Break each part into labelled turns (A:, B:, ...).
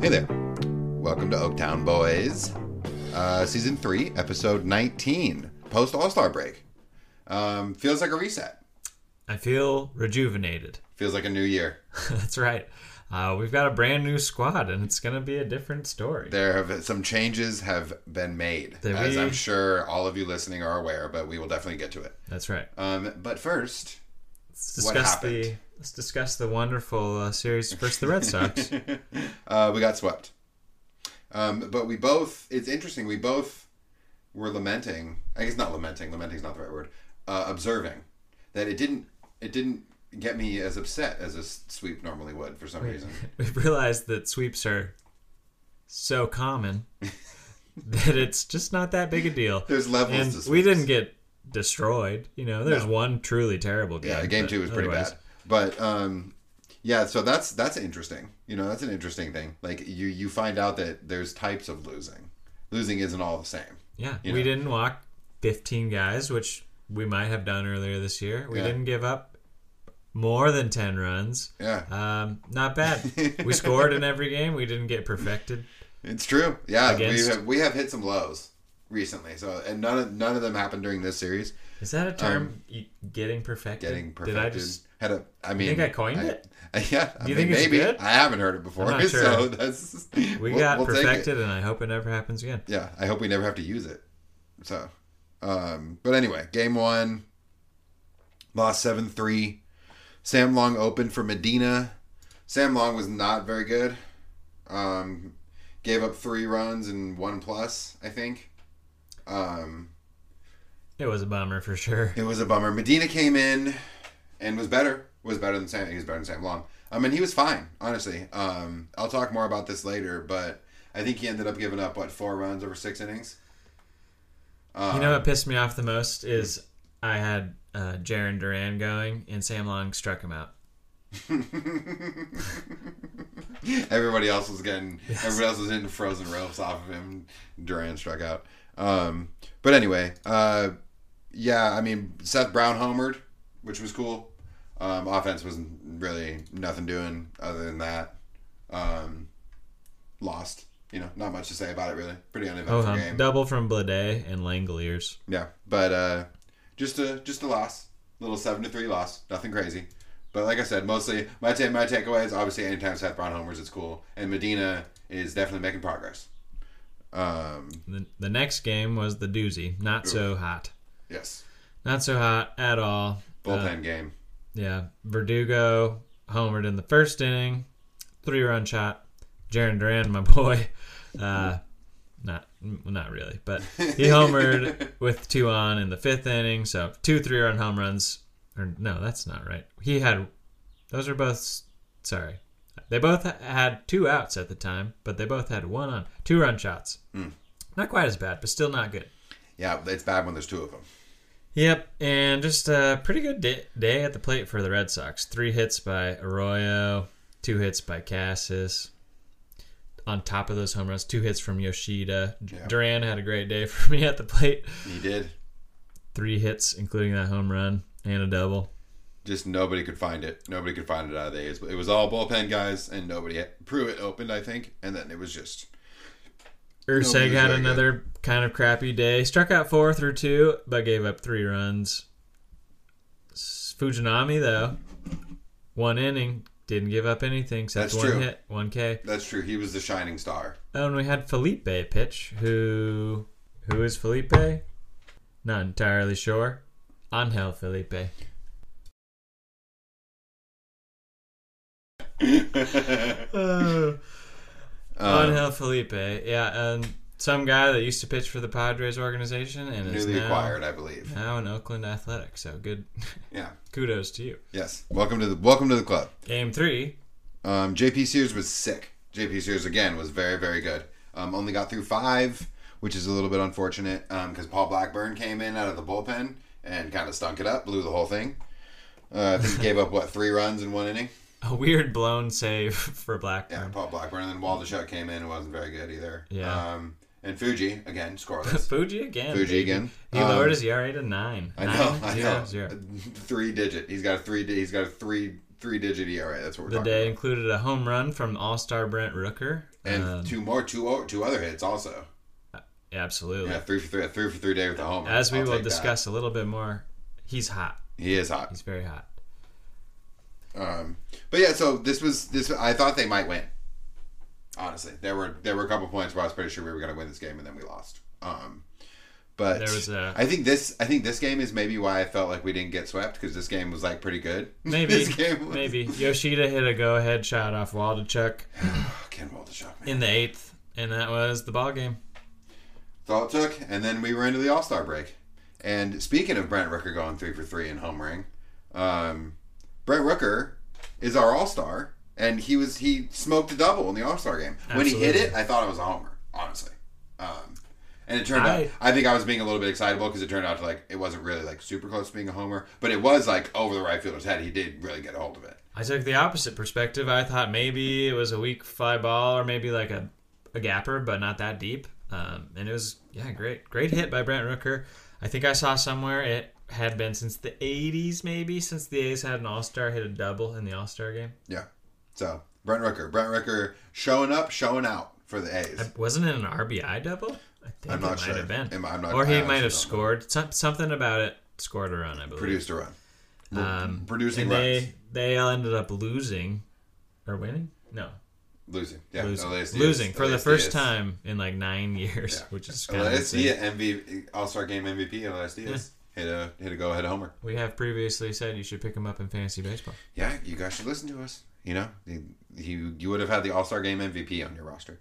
A: Hey there. Welcome to Oaktown Boys, uh, Season 3, Episode 19, post All Star break. Um, feels like a reset.
B: I feel rejuvenated.
A: Feels like a new year.
B: That's right. Uh, we've got a brand new squad, and it's going to be a different story.
A: There have some changes have been made,
B: Did
A: as
B: we-
A: I'm sure all of you listening are aware, but we will definitely get to it.
B: That's right.
A: Um, but first,
B: Let's
A: What
B: discuss the
A: happened?
B: let's discuss the wonderful uh, series versus the Red Sox.
A: uh, we got swept. Um, but we both, it's interesting, we both were lamenting, I guess not lamenting, lamenting's not the right word, uh, observing that it didn't, it didn't get me as upset as a s- sweep normally would for some reason.
B: we realized that sweeps are so common that it's just not that big a deal.
A: There's levels
B: and
A: to sweeps.
B: we didn't get destroyed. You know, there's one truly terrible game.
A: Yeah, game
B: but
A: two was pretty
B: otherwise-
A: bad. But um, yeah, so that's that's interesting. You know, that's an interesting thing. Like you you find out that there's types of losing. Losing isn't all the same.
B: Yeah,
A: You
B: we
A: know.
B: didn't walk 15 guys, which we might have done earlier this year. We
A: Yeah.
B: didn't give up more than 10 runs.
A: Yeah,
B: Um, not bad. we scored in every game. We didn't get perfected.
A: it's true. Yeah,
B: Against-
A: we have we have hit some lows recently. So and none of none of them happened during this series.
B: Is that a term? y getting perfected.
A: Um, Getting perfected.
B: Did I just?
A: had a? I mean,
B: think I coined it?
A: yeah, I
B: Do you
A: mean,
B: think it's
A: maybe
B: good?
A: I haven't heard it before.
B: I'm not sure.
A: So that's
B: We
A: we'll-
B: got
A: we'll take it.
B: perfected, and I hope it never happens again.
A: yeah, I hope we never have to use it. So, um, but anyway, game one, lost 7 3. Sam Long opened for Medina. Sam Long was not very good. Um, gave up three runs and one plus, I think. Um,
B: It was a bummer for sure.
A: it was a bummer. Medina came in and was better. Was better than Sam. He was better than Sam Long. I mean, he was fine, honestly. Um, I'll talk more about this later, but I think he ended up giving up what four runs over six innings. Um,
B: you know what pissed me off the most
A: hmm.
B: is I had uh, Jaron Duran going, and Sam Long struck him out.
A: everybody else was getting everybody else was hitting frozen ropes off of him. Duran struck out. Um, but anyway, uh, yeah, I mean Seth Brown homered, which was cool. Um, offense was really nothing doing other than that. Um, lost, you know, not much to say about it really. Pretty
B: Oh,
A: uneventful
B: hum.
A: game.
B: double from Blade and Langoliers.
A: Yeah, but uh, just a just a loss, little seven to three loss, nothing crazy. But like I said, mostly my ta- my takeaway is obviously anytime Seth Brown homers, it's cool, and Medina is definitely making progress. Um,
B: The, the next game was the doozy. Not so hot.
A: yes,
B: Not so hot at all. Uh.
A: bullpen game.
B: Yeah, Verdugo homered in the first inning, three run shot. Jaron Duran, my boy, uh, not m- not really, but he homered with two on in the fifth inning. So two three run home runs, or no, that's not right. He had those are both s- sorry, they both ha- had two outs at the time, but they both had one on two run shots. Not quite as bad, but still not good.
A: Yeah, it's bad when there's two of them.
B: Yep, and just a pretty good day, day at the plate for the Red Sox. Three hits by Arroyo, two hits by Cassis. On top of those home runs, two hits from Yoshida. D-
A: Yeah.
B: Duran had a great day for me at the plate.
A: He did.
B: Three hits, including that home run and a double.
A: Just nobody could find it. Nobody could find it out of the A's. It was all bullpen guys, and nobody had, Pruitt opened, I think, and then it was just
B: Urseg
A: was
B: had
A: very good.
B: another kind of crappy day. Struck out four through two, but gave up three runs. S- Fujinami, though, one inning, didn't give up anything except
A: That's
B: one
A: true.
B: hit, one K.
A: that's true. He was the shining star.
B: Oh, and we had Felipe pitch. Who who is Felipe? Not entirely sure. Angel Felipe.
A: Uh,
B: Oh,
A: Um,
B: Angel Felipe. Yeah, um, some guy that used to pitch for the Padres organization and is
A: newly
B: now,
A: acquired, I believe.
B: now in Oakland Athletic. So good.
A: Yeah.
B: Kudos to you.
A: Yes. Welcome to the welcome to the club.
B: Game three.
A: Um, JP Sears was sick. JP Sears again was very very good. Um, only got through five, which is a little bit unfortunate because Paul Blackburn came in out of the bullpen and kind of stunk it up, blew the whole thing. Uh, I think he gave up what three runs in one inning.
B: A weird blown save for
A: Yeah,
B: Blackburn.
A: Paul Blackburn, and then Waldashut came in and wasn't very good either.
B: Yeah.
A: Um, and Fuji again scoreless.
B: Fuji again.
A: Fuji
B: baby.
A: again.
B: He
A: Um,
B: lowered his ERA to nine.
A: I know,
B: Nine,
A: I
B: zero,
A: know.
B: zero.
A: Three digit. He's got a three. Di- he's got a three three digit ERA. That's what we're
B: The
A: talking
B: day
A: about.
B: included a home run from All Star Brent Rooker
A: and
B: Um,
A: two more, two o- two other hits also.
B: Absolutely.
A: Yeah, three for three, three for three day with the homer.
B: As we
A: I'll
B: will
A: take that.
B: discuss a little bit more, he's hot.
A: he is hot.
B: He's very hot.
A: Um, but yeah, so this was this. I thought they might win. Honestly, there were there were a couple points where I was pretty sure we were going to win this game, and then we lost. Um, but
B: There was a-
A: I think this I think this game is maybe why I felt like we didn't get swept because this game was like pretty good.
B: Maybe,
A: this game was,
B: maybe Yoshida hit a go-ahead shot off Waldachuk
A: Ken Waldachuk, man.
B: in the eighth, and that was the ball game.
A: That's all it took, and then we were into the All Star break. And speaking of Brent Rooker going three for three in home ring, um, Brent Rooker is our All Star, and he was he smoked a double in the All Star game. When he hit
B: Absolutely.
A: it, I thought it was a homer, honestly. Um, and it turned out
B: I-
A: I think I was being a little bit excitable because it turned out to like it wasn't really like super close to being a homer, but it was like over the right fielder's head. He did really get a hold of it.
B: I took the opposite perspective. I thought maybe it was a weak fly ball or maybe like a, a gapper, but not that deep. Um, and it was, yeah, great. Great hit by Brent Rooker. I think I saw somewhere it had been since the 80s, maybe, since the A's had an all star hit a double in the all star game.
A: Yeah. So Brent Rooker, Brent Rooker showing up, showing out for the A's.
B: Wasn't it an RBI double? I think
A: I'm
B: it
A: not
B: might
A: sure.
B: have been.
A: Am- I'm not-
B: or
A: I
B: he
A: honestly
B: might
A: don't know.
B: have scored. Some, something about it scored a run, I believe.
A: produced a run.
B: Um,
A: producing
B: and
A: runs.
B: they, they all ended up losing or winning? No.
A: Losing. Yeah.
B: losing,
A: Elias Diaz.
B: losing for the
A: Elias
B: first
A: Diaz.
B: time in like nine years,
A: Yeah.
B: which is kind of
A: Elias
B: insane.
A: Diaz, MV, All Star Game MVP. Elias Diaz hit a hit a go ahead homer.
B: We have previously said you should pick him up in fantasy baseball.
A: Yeah, you guys should listen to us. You know, you you, you would have had the All Star Game MVP on your roster.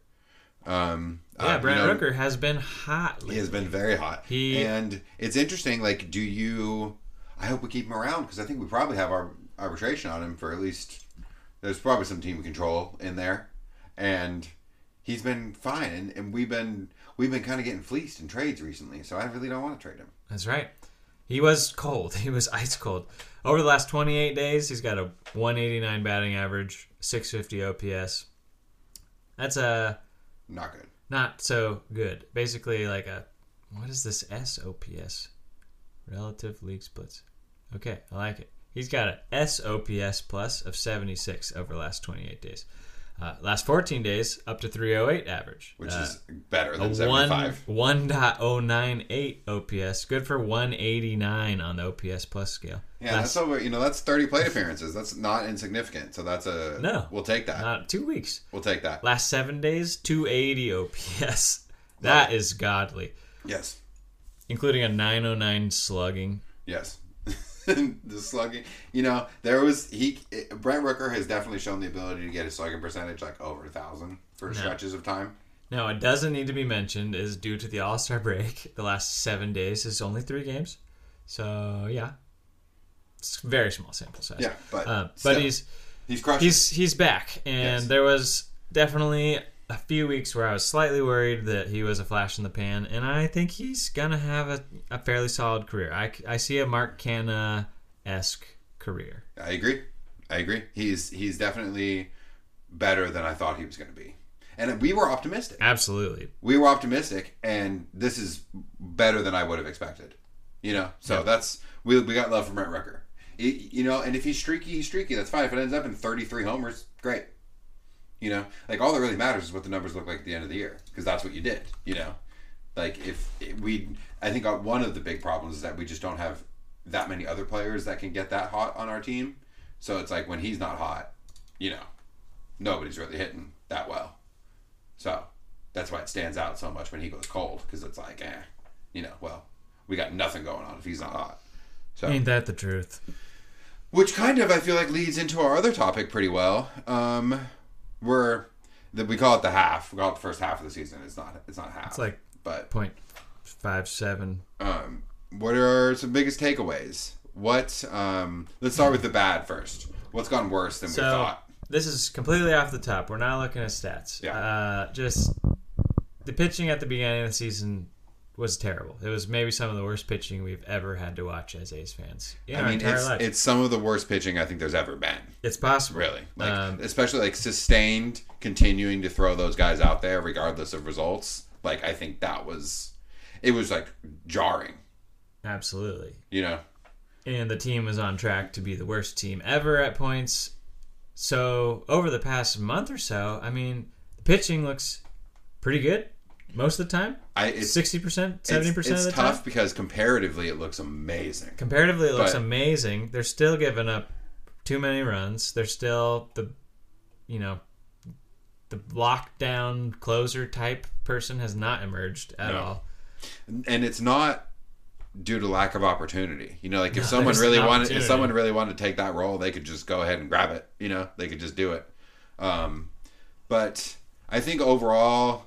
A: Um,
B: Yeah,
A: uh,
B: Brent
A: you know,
B: Rooker has been hot.
A: He
B: lately.
A: has been very hot.
B: He-
A: and it's interesting. Like, do you? I hope we keep him around because I think we probably have our arbitration on him for at least. There's probably some team control in there, and he's been fine. And, and we've been we've been kind of getting fleeced in trades recently, so I really don't want to trade him.
B: That's right. He was cold. He was ice cold. Over the last 28 days, he's got a 189 batting average, 650 OPS. That's a
A: Not good.
B: not so good. Basically, like a what is this SOPS? Relative league splits. Okay, I like it. He's got a SOPS plus of 76 over the last 28 days. Uh, last 14 days, up to 308 average,
A: Which
B: Uh,
A: is better
B: a
A: than
B: one
A: 75.
B: 1.098 OPS. Good for 189 on the OPS plus scale.
A: yeah, that's over. You know, that's 30 plate appearances. That's not insignificant. So that's a
B: No.
A: We'll take that.
B: Not two weeks.
A: we'll take that.
B: Last seven days, 280 OPS. That is godly,
A: Yes.
B: including a 909 slugging.
A: Yes. the slugging, you know, there was he it, Brent Rooker has definitely shown the ability to get his slugging percentage like over a thousand for stretches of time.
B: Now, it doesn't need to be mentioned is due to the All Star break. The last seven days is only three games, so yeah, it's a very small sample size.
A: Yeah, but
B: uh,
A: still,
B: but he's
A: he's crushing.
B: he's he's back, and
A: Yes.
B: there was definitely a few weeks where I was slightly worried that he was a flash in the pan, and I think he's gonna have a, a fairly solid career. I, c- I see a Mark Canna esque career.
A: I agree. I agree. He's he's definitely better than I thought he was going to be, and we were optimistic.
B: Absolutely,
A: we were optimistic, and this is better than I would have expected. You know, so that's we, we got love from Brent Rucker. Y- you know, and if he's streaky, he's streaky. That's fine. If it ends up in 33 homers, great. You know, like all that really matters is what the numbers look like at the end of the year because that's what you did. You know, like if we, I think uh, one of the big problems is that we just don't have that many other players that can get that hot on our team. So it's like when he's not hot, you know, nobody's really hitting that well. So that's why it stands out so much when he goes cold because it's like, eh, you know, well, we got nothing going on if he's not hot. So
B: ain't that the truth?
A: which kind of I feel like leads into our other topic pretty well. Um, we're that we call it the half. We call it the first half of the season. It's not. It's not half. It's
B: like-
A: But
B: Point five seven.
A: um, what are some biggest takeaways? What? Um, let's start with the bad first. What's gone worse than we
B: So
A: thought?
B: this is completely off the top. We're not looking at stats.
A: Yeah.
B: Uh, just the pitching at the beginning of the season was terrible. It was maybe some of the worst pitching we've ever had to watch as A's fans in our
A: I mean,
B: entire
A: it's,
B: life.
A: it's some of the worst pitching I think there's ever been.
B: It's possible.
A: Really, like
B: Um,
A: especially like sustained, continuing to throw those guys out there regardless of results. Like I think that was, it was like jarring.
B: Absolutely.
A: You know,
B: And the team was on track to be the worst team ever at points. So over the past month or so, I mean, the pitching looks pretty good most of the time.
A: I it's
B: Sixty percent,
A: it's,
B: seventy percent
A: it's
B: of the
A: tough
B: time.
A: because comparatively it looks amazing.
B: Comparatively, it looks
A: but-
B: amazing. They're still giving up too many runs. They're still the, you know, the lockdown closer type person has not emerged at
A: No.
B: all.
A: and it's not due to lack of opportunity. You know, like if
B: No,
A: someone
B: there's
A: really
B: an
A: wanted, if
B: opportunity.
A: someone really wanted to take that role, they could just go ahead and grab it. You know, they could just do it. Um, but I think overall,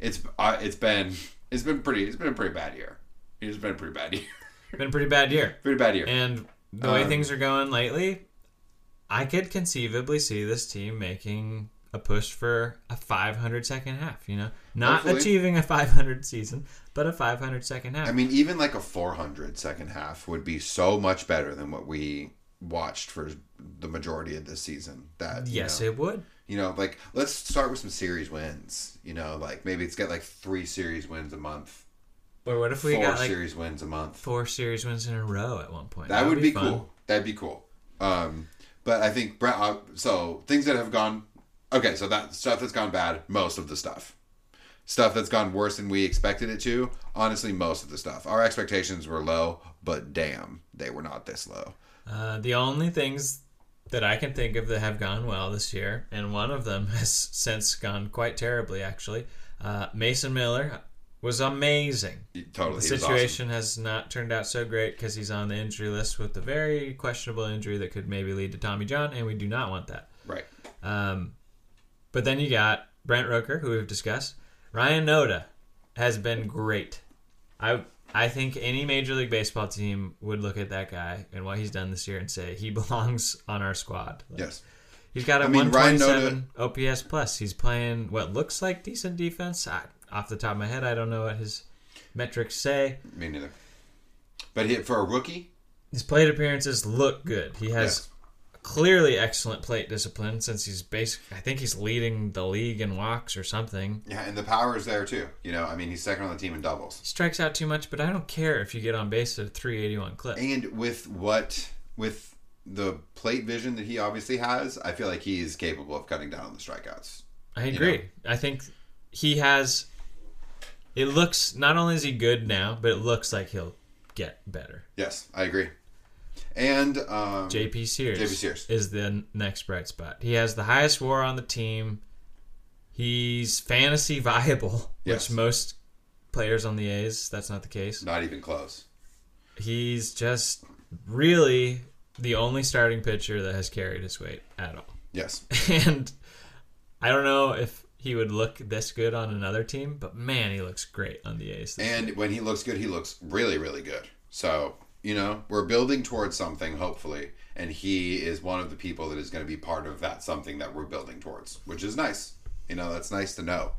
A: it's uh, it's been it's been pretty it's been a pretty bad year. It's been a pretty bad year.
B: Been a pretty bad year.
A: pretty bad year.
B: And the way
A: Um,
B: things are going lately, I could conceivably see this team making a push for a 500 second half. You know, not
A: Hopefully.
B: achieving a 500 season, but a 500 second half.
A: I mean, even like a 400 second half would be so much better than what we watched for the majority of this season. That you
B: yes,
A: know,
B: it would.
A: You know, like let's start with some series wins. You know, like maybe it's got like three series wins a month,
B: Or what if we
A: four
B: got like
A: series wins a month.
B: four series wins in a row at one point?
A: That would
B: That'd
A: be,
B: fun.
A: cool. That'd be cool. Um, but I think Brett. Uh, so things that have gone okay. So that stuff that's gone bad, most of the stuff, stuff that's gone worse than we expected it to. Honestly, most of the stuff. Our expectations were low, but damn, they were not this low.
B: Uh, the only things that I can think of that have gone well this year, and one of them has since gone quite terribly, actually. Uh, Mason Miller was amazing.
A: It- Totally,
B: The
A: he was awesome.
B: situation has not turned out so great because he's on the injury list with a very questionable injury that could maybe lead to Tommy John, and we do not want that.
A: right?
B: Um, but then you got Brent Roker, who we've discussed. Ryan Noda has been great. I I think any major league baseball team would look at that guy and what he's done this year and say he belongs on our squad. Like,
A: Yes.
B: He's got a
A: I mean, Ryan
B: 127 OPS plus. He's playing what looks like decent defense. I, off the top of my head, I don't know what his metrics say.
A: Me neither. But he, for a rookie,
B: His plate appearances look good. He has clearly excellent plate discipline since he's basic. I think he's leading the league in walks or something.
A: yeah, and the power is there too. You know, I mean, he's second on the team in doubles.
B: He strikes out too much, but I don't care if you get on base at a 381 clip.
A: And with what with the plate vision that he obviously has, I feel like he is capable of cutting down on the strikeouts.
B: I agree. I think he has. It looks not only is he good now, but it looks like he'll get better.
A: Yes, I agree. And um,
B: JP Sears,
A: JP Sears.
B: is the n- next bright spot. He has the highest WAR on the team. He's fantasy viable,
A: Yes.
B: which most players on the A's that's not the case.
A: not even close.
B: He's just really the only starting pitcher that has carried his weight at all.
A: Yes,
B: and I don't know if he would look this good on another team, but man, he looks great on the A's. this
A: and when he looks good, he looks really, really good. So you know, we're building towards something, hopefully. And he is one of the people that is going to be part of that something that we're building towards, which is nice. You know, that's nice to know.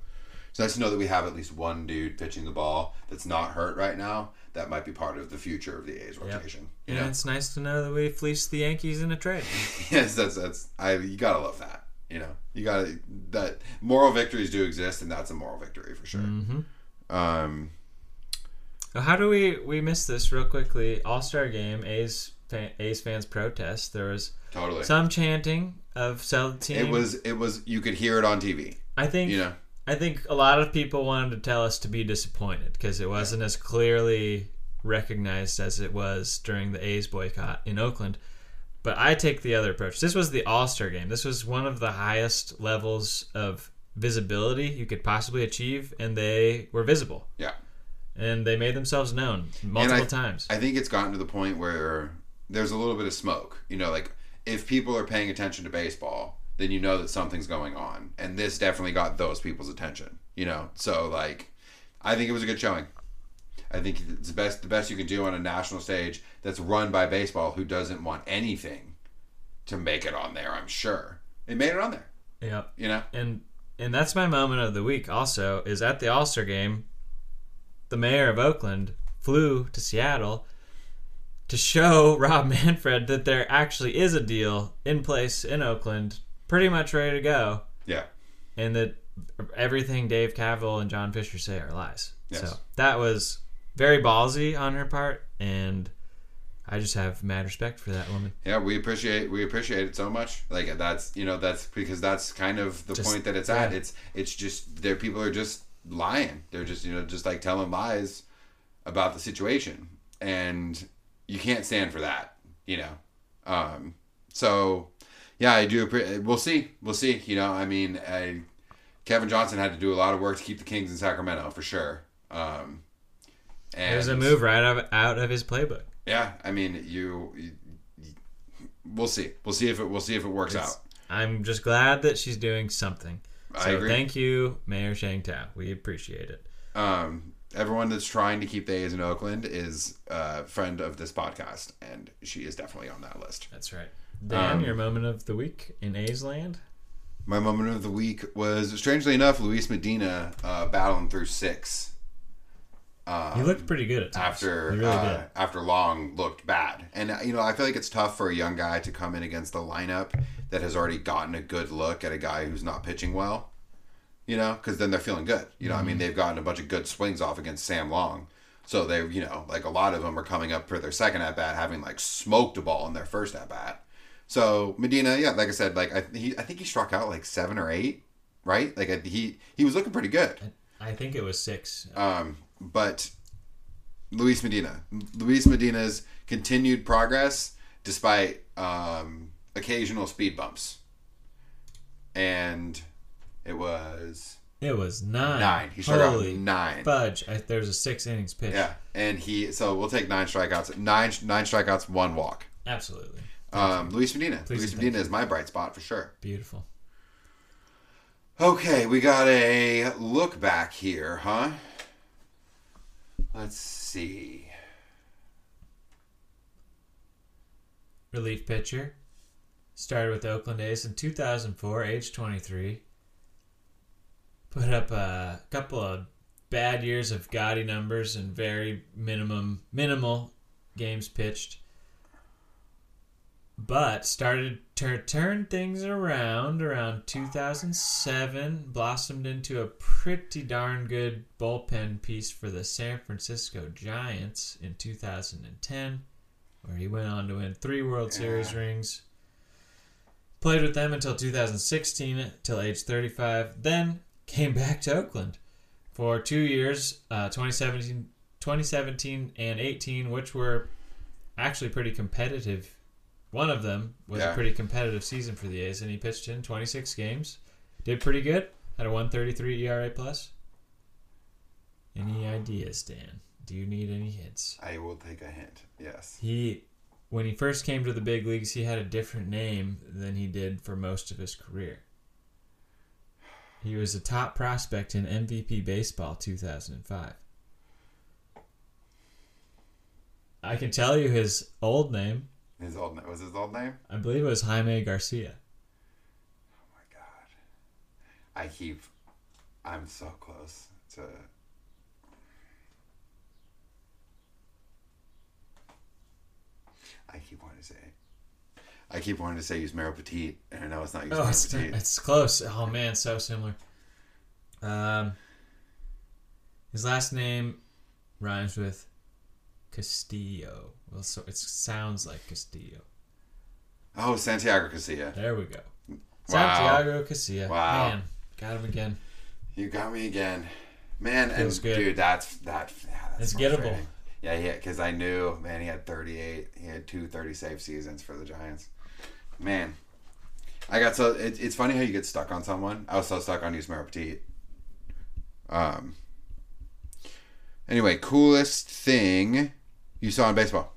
A: It's nice to know that we have at least one dude pitching the ball that's not hurt right now. That might be part of the future of the A's rotation.
B: year.
A: You know?
B: And it's nice to know that we fleeced the Yankees in a trade.
A: yes, that's that's I you gotta love that. You know, you gotta that moral victories do exist, and that's a moral victory for sure. Um,
B: Now, How do we we miss this real quickly? All Star Game, A's fan, A's fans protest. There was
A: totally.
B: some chanting of sell the team.
A: it was it was you could hear it on TV.
B: I think
A: You know,
B: I think a lot of people wanted to tell us to be disappointed because it wasn't as clearly recognized as it was during the A's boycott in Oakland. But I take the other approach. This was the All Star game. This was one of the highest levels of visibility you could possibly achieve, and they were visible.
A: yeah.
B: And they made themselves known multiple times.
A: I think it's gotten to the point where there's a little bit of smoke. You know, like if people are paying attention to baseball, then you know that something's going on, and this definitely got those people's attention. You know, so like, I think it was a good showing. I think it's the best the best you can do on a national stage that's run by baseball, who doesn't want anything to make it on there. I'm sure it made it on there.
B: yeah.
A: You know,
B: and and that's my moment of the week also is at the all-star game the mayor of oakland flew to seattle to show rob manfred that there actually is a deal in place in oakland pretty much ready to go
A: yeah.
B: and that everything dave cavill and john fisher say are lies
A: Yes.
B: so that was very ballsy on her part and I just have mad respect for that woman.
A: Yeah, we appreciate we appreciate it so much. Like that's you know that's because that's kind of the
B: Just-
A: point that it's at. It's it's just there people are just lying. They're just you know just like telling lies about the situation, and you can't stand for that. You know, um, so yeah, I do. appre- We'll see. We'll see. You know, I mean, I, Kevin Johnson had to do a lot of work to keep the Kings in Sacramento for sure. Um, and
B: There's a move right out of, out of his playbook.
A: yeah, I mean, you, you, We'll see. We'll see if it. We'll see if it works
B: It's-
A: out.
B: I'm just glad that she's doing something. So
A: I agree.
B: thank you, Mayor Shang Tao. We appreciate it.
A: Um, everyone that's trying to keep the A's in Oakland is a friend of this podcast, and she is definitely on that list.
B: That's right. Dan,
A: Um,
B: your moment of the week in A's land.
A: My moment of the week was, strangely enough, Luis Medina uh, battling through six
B: He looked pretty good at
A: uh,
B: times.
A: after
B: he really
A: uh,
B: did.
A: after Long looked bad. And uh, you know, I feel like it's tough for a young guy to come in against the lineup that has already gotten a good look at a guy who's not pitching well. You know, because then they're feeling good. You know, I
B: Mm-hmm.
A: mean, they've gotten a bunch of good swings off against Sam Long. So they, you know, like a lot of them are coming up for their second at bat having like smoked a ball in their first at bat. So Medina, yeah, like I said, like I, he, I think he struck out like seven or eight, right? Like I, he, he was looking pretty good.
B: I think it was six.
A: Um, but Luis Medina, Luis Medina's continued progress despite um, occasional speed bumps, and it was
B: It was nine.
A: nine. He started out
B: Holy
A: nine.
B: fudge! I, there's a six innings pitch.
A: Yeah, and he so we'll take nine strikeouts, nine nine strikeouts, one walk.
B: absolutely
A: Um, Luis Medina,
B: Please
A: Luis
B: and thank
A: Medina is my bright spot for sure.
B: beautiful.
A: Okay, we got a look back here, huh? Let's see.
B: Relief pitcher started with the Oakland A's in 2004, age 23. Put up a couple of bad years of gaudy numbers and very minimum minimal games pitched. But started to turn things around around 2007, blossomed into a pretty darn good bullpen piece for the San Francisco Giants in 2010, where he went on to win three World Series rings. Played with them until 2016, till age 35, then came back to Oakland for two years, uh, 2017, 2017 and 18, which were actually pretty competitive. One of them was
A: Yeah.
B: a pretty competitive season for the A's, and he pitched in 26 games, did pretty good, had a 133 ERA plus. Any ideas, Dan? Do you need any hints?
A: I will take a hint. Yes.
B: He, when he first came to the big leagues, he had a different name than he did for most of his career. He was a top prospect in MVP baseball 2005. I can tell you his old name.
A: His old name was his old name.
B: I believe it was Jaime Garcia.
A: Oh my god! I keep. I'm so close to. I keep wanting to say. I keep wanting to say use Meryl Petit, and I know it's not use
B: Oh,
A: Meryl
B: it's,
A: Petit.
B: it's close. Oh man, so similar. Um, his last name rhymes with Castillo. Well, so it sounds like Castillo.
A: Oh, Santiago Casilla.
B: There we go.
A: Wow.
B: Santiago Casilla.
A: Wow.
B: Man, got him again.
A: You got me again, man.
B: Feels
A: and
B: good.
A: dude, that's that. Yeah, that's
B: It's gettable.
A: frustrating. Yeah, yeah, because I knew, man, he had 38. He had two 30 save seasons for the Giants. Man, I got so. It, it's funny how you get stuck on someone. I was so stuck on Yusmer Petit. Um. Anyway, coolest thing you saw in baseball.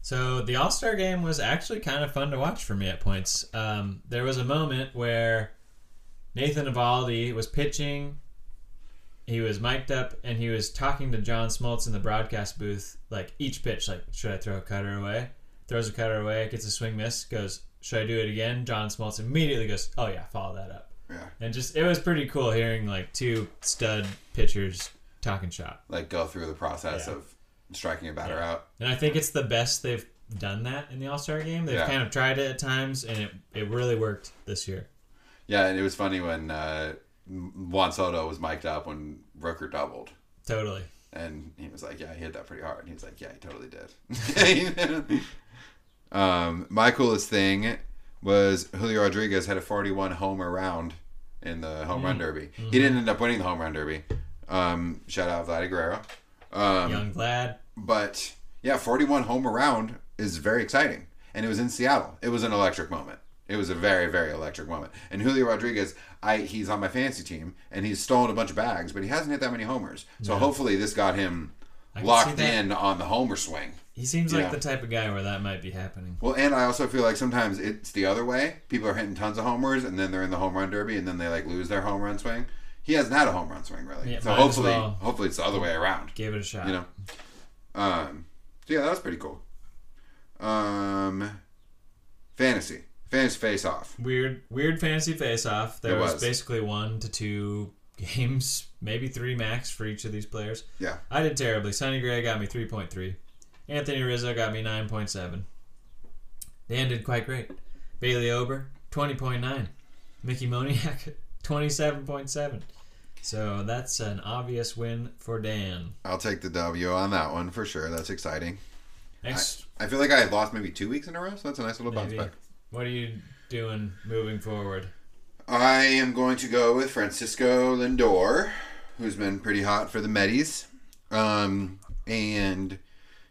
B: So the All Star game was actually kind of fun to watch for me at points. Um, there was a moment where Nathan Ivaldi was pitching. He was mic'd up and he was talking to John Smoltz in the broadcast booth, like each pitch, like, should I throw a cutter away? Throws a cutter away, gets a swing miss, goes, should I do it again? John Smoltz immediately goes, oh yeah, follow that up.
A: Yeah,
B: And just, it was pretty cool hearing like two stud pitchers talking shop.
A: like go through the process
B: Yeah.
A: of striking a batter out.
B: And I think it's the best they've done that in the All Star game. They've
A: Yeah.
B: kind of tried it at times, and it, it really worked this year.
A: Yeah, and it was funny when uh, Juan Soto was mic'd up when Rooker doubled.
B: Totally.
A: And he was like, "Yeah, he hit that pretty hard." And he was like, "Yeah, he totally did." um, my coolest thing was Julio Rodriguez had a 41 homer round in the home run derby. He didn't end up winning the home run derby. Um, shout out Vladdy Guerrero. Um,
B: Young Vlad.
A: but yeah, 41 home around is very exciting. And it was in Seattle. It was an electric moment. It was a very, very electric moment. And Julio Rodriguez, I he's on my fantasy team and he's stolen a bunch of bags, but he hasn't hit that many homers. So hopefully this got him
B: I can see
A: locked
B: that.
A: in on the homer swing.
B: He seems
A: Yeah.
B: like the type of guy where that might be happening.
A: Well, and I also feel like sometimes it's the other way. People are hitting tons of homers and then they're in the home run derby and then they like lose their home run swing. He hasn't had a home run swing really.
B: Yeah,
A: so
B: might as
A: hopefully
B: well.
A: hopefully it's the other way around.
B: Give it a shot.
A: you know. Um, so yeah, that was pretty cool. Um, fantasy, fantasy face off.
B: Weird, weird fantasy face-off. There
A: It
B: was.
A: was.
B: basically one to two games, maybe three max for each of these players.
A: Yeah.
B: I did terribly. Sonny Gray got me three point three. Anthony Rizzo got me nine point seven. Dan did quite great. Bailey Ober twenty point nine. Mickey Moniak twenty seven point seven. So that's an obvious win for Dan.
A: I'll take the W on that one for sure. That's exciting.
B: Next,
A: I feel like I had lost maybe two weeks in a row, so that's a nice little bounce
B: maybe.
A: back.
B: What are you doing moving forward?
A: I am going to go with Francisco Lindor, who's been pretty hot for the Medis, um, and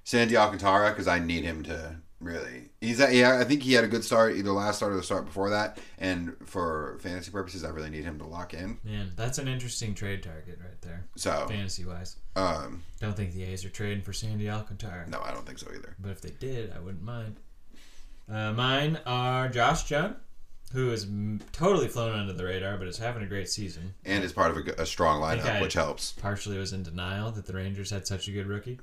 A: Sandy Alcantara because I need him to really. He's at, yeah, I think he had a good start either last start or the start before that, and for fantasy purposes, I really need him to lock in.
B: Man, that's an interesting trade target right there,
A: So,
B: fantasy wise.
A: um,
B: Don't think the A's are trading for Sandy Alcantara.
A: no, I don't think so either.
B: But if they did, I wouldn't mind. Uh, mine are Josh Jung, who is m- totally flown under the radar, but is having a great season.
A: And it's part of a, g- a strong lineup,
B: Okay.
A: which helps.
B: Partially was in denial that the Rangers had such a good rookie.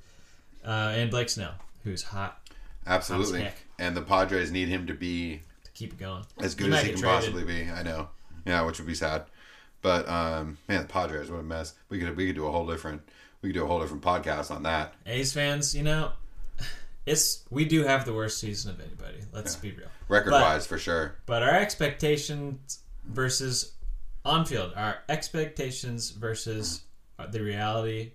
B: Uh, and Blake Snell, who's hot
A: Absolutely.
B: heck.
A: And the Padres need him to be
B: to keep it going.
A: as good
B: He
A: as
B: might
A: he
B: get
A: can
B: traded.
A: possibly be. I know. Yeah, which would be sad. But um, man, the Padres, what a mess. We could we could do a whole different we could do a whole different podcast on that.
B: A's fans, you know, it's we do have the worst season of anybody. Let's be real.
A: Record
B: But-
A: wise for sure.
B: But our expectations versus on field, our expectations versus the reality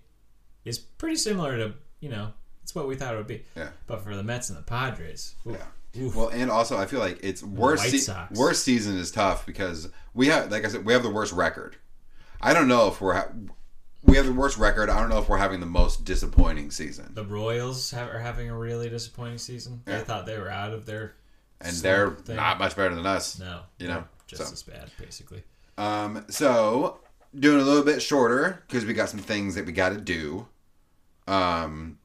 B: is pretty similar to, you know, it's what we thought it would be.
A: Yeah.
B: But for the Mets and the Padres, ooh,
A: Yeah.
B: oof.
A: Well, and also I feel like it's worst
B: White
A: se-
B: Sox.
A: worst season is tough because we have like I said we have the worst record. I don't know if we're ha- we have the worst record. I don't know if we're having the most disappointing season.
B: the Royals have, are having a really disappointing season. They
A: Yeah.
B: thought they were out of their
A: and
B: slump
A: they're
B: thing.
A: not much better than us.
B: no,
A: you know,
B: just
A: so.
B: as bad basically.
A: Um, so doing a little bit shorter because we got some things that we got to do. Um,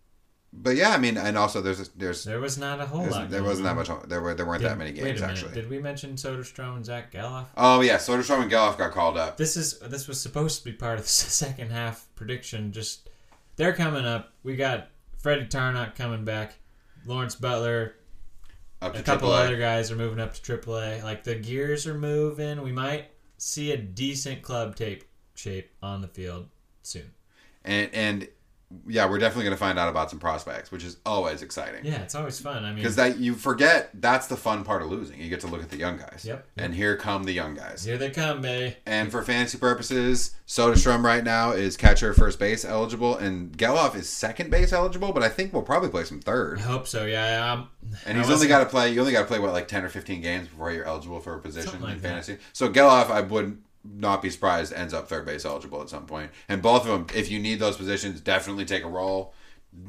A: but yeah, I mean, and also there's there's,
B: There was not a whole
A: there's
B: lot.
A: there
B: going
A: wasn't that
B: on.
A: much there were there weren't
B: Did-
A: that many
B: Wait
A: games
B: a minute.
A: actually.
B: Did we mention Soderstrom and Zach Galoff?
A: Oh yeah, Soderstrom and Galloff got called up.
B: this is this was supposed to be part of the second half prediction. Just they're coming up. We got Freddie Tarnock coming back. Lawrence Butler,
A: Up
B: a
A: to
B: couple
A: triple A.
B: other guys are moving up to AAA. Like the gears are moving. We might see a decent club tape shape on the field soon.
A: and and yeah, we're definitely gonna find out about some prospects, which is always exciting.
B: Yeah, it's always fun. I mean,
A: Because that you forget that's the fun part of losing. You get to look at the young guys.
B: Yep.
A: And here come the young guys.
B: here they come, babe.
A: And for fantasy purposes, Soderstrom right now is catcher, first base eligible, and Geloff is second base eligible. But I think we'll probably place him
B: I
A: third.
B: hope so. Yeah, um,
A: And
B: I
A: he's
B: wasn't-
A: only got to play. You only got to play what like ten or fifteen games before you're eligible for a position
B: Something like
A: in
B: that.
A: fantasy. So Geloff, I would not be surprised ends up third base eligible at some point. And both of them, if you need those positions, definitely take a roll,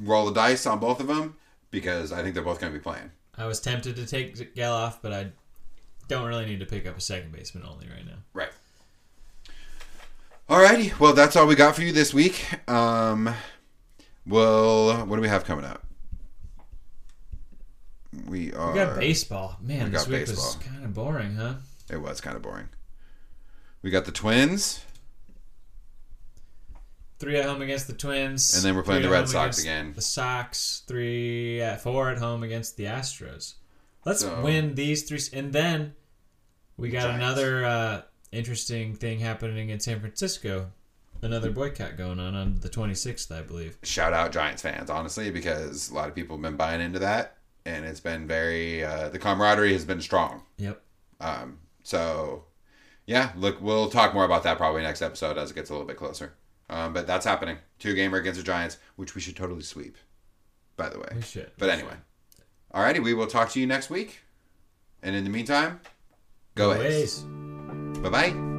A: roll the dice on both of them because I think they're both going to be playing.
B: I was tempted to take Galoff, but I don't really need to pick up a second baseman only right now.
A: Right. Alrighty. Well, that's all we got for you this week. Um, well, what do we have coming up? We are.
B: We got baseball. Man,
A: We
B: this
A: got
B: week was
A: baseball.
B: kind of boring, huh?
A: It was kind of boring. We got the Twins,
B: Three at home against the Twins,
A: and then we're playing
B: three
A: the
B: at
A: Red
B: home
A: Sox
B: against
A: again.
B: The Sox three, at four at home against the Astros. Let's
A: So-
B: win these three, s- and then we got
A: Giants.
B: another uh, interesting thing happening in San Francisco. Another boycott going on on the 26th, I believe.
A: Shout out Giants fans, honestly, because a lot of people have been buying into that, and it's been very. Uh, the camaraderie has been strong.
B: Yep.
A: Um, so, yeah, look, we'll talk more about that probably next episode as it gets a little bit closer. Um, but that's happening. Two gamer against the Giants, which we should totally sweep. By the way,
B: We should.
A: But anyway, alrighty, we will talk to you next week. And in the meantime, go A's.
B: Ways.
A: Bye bye.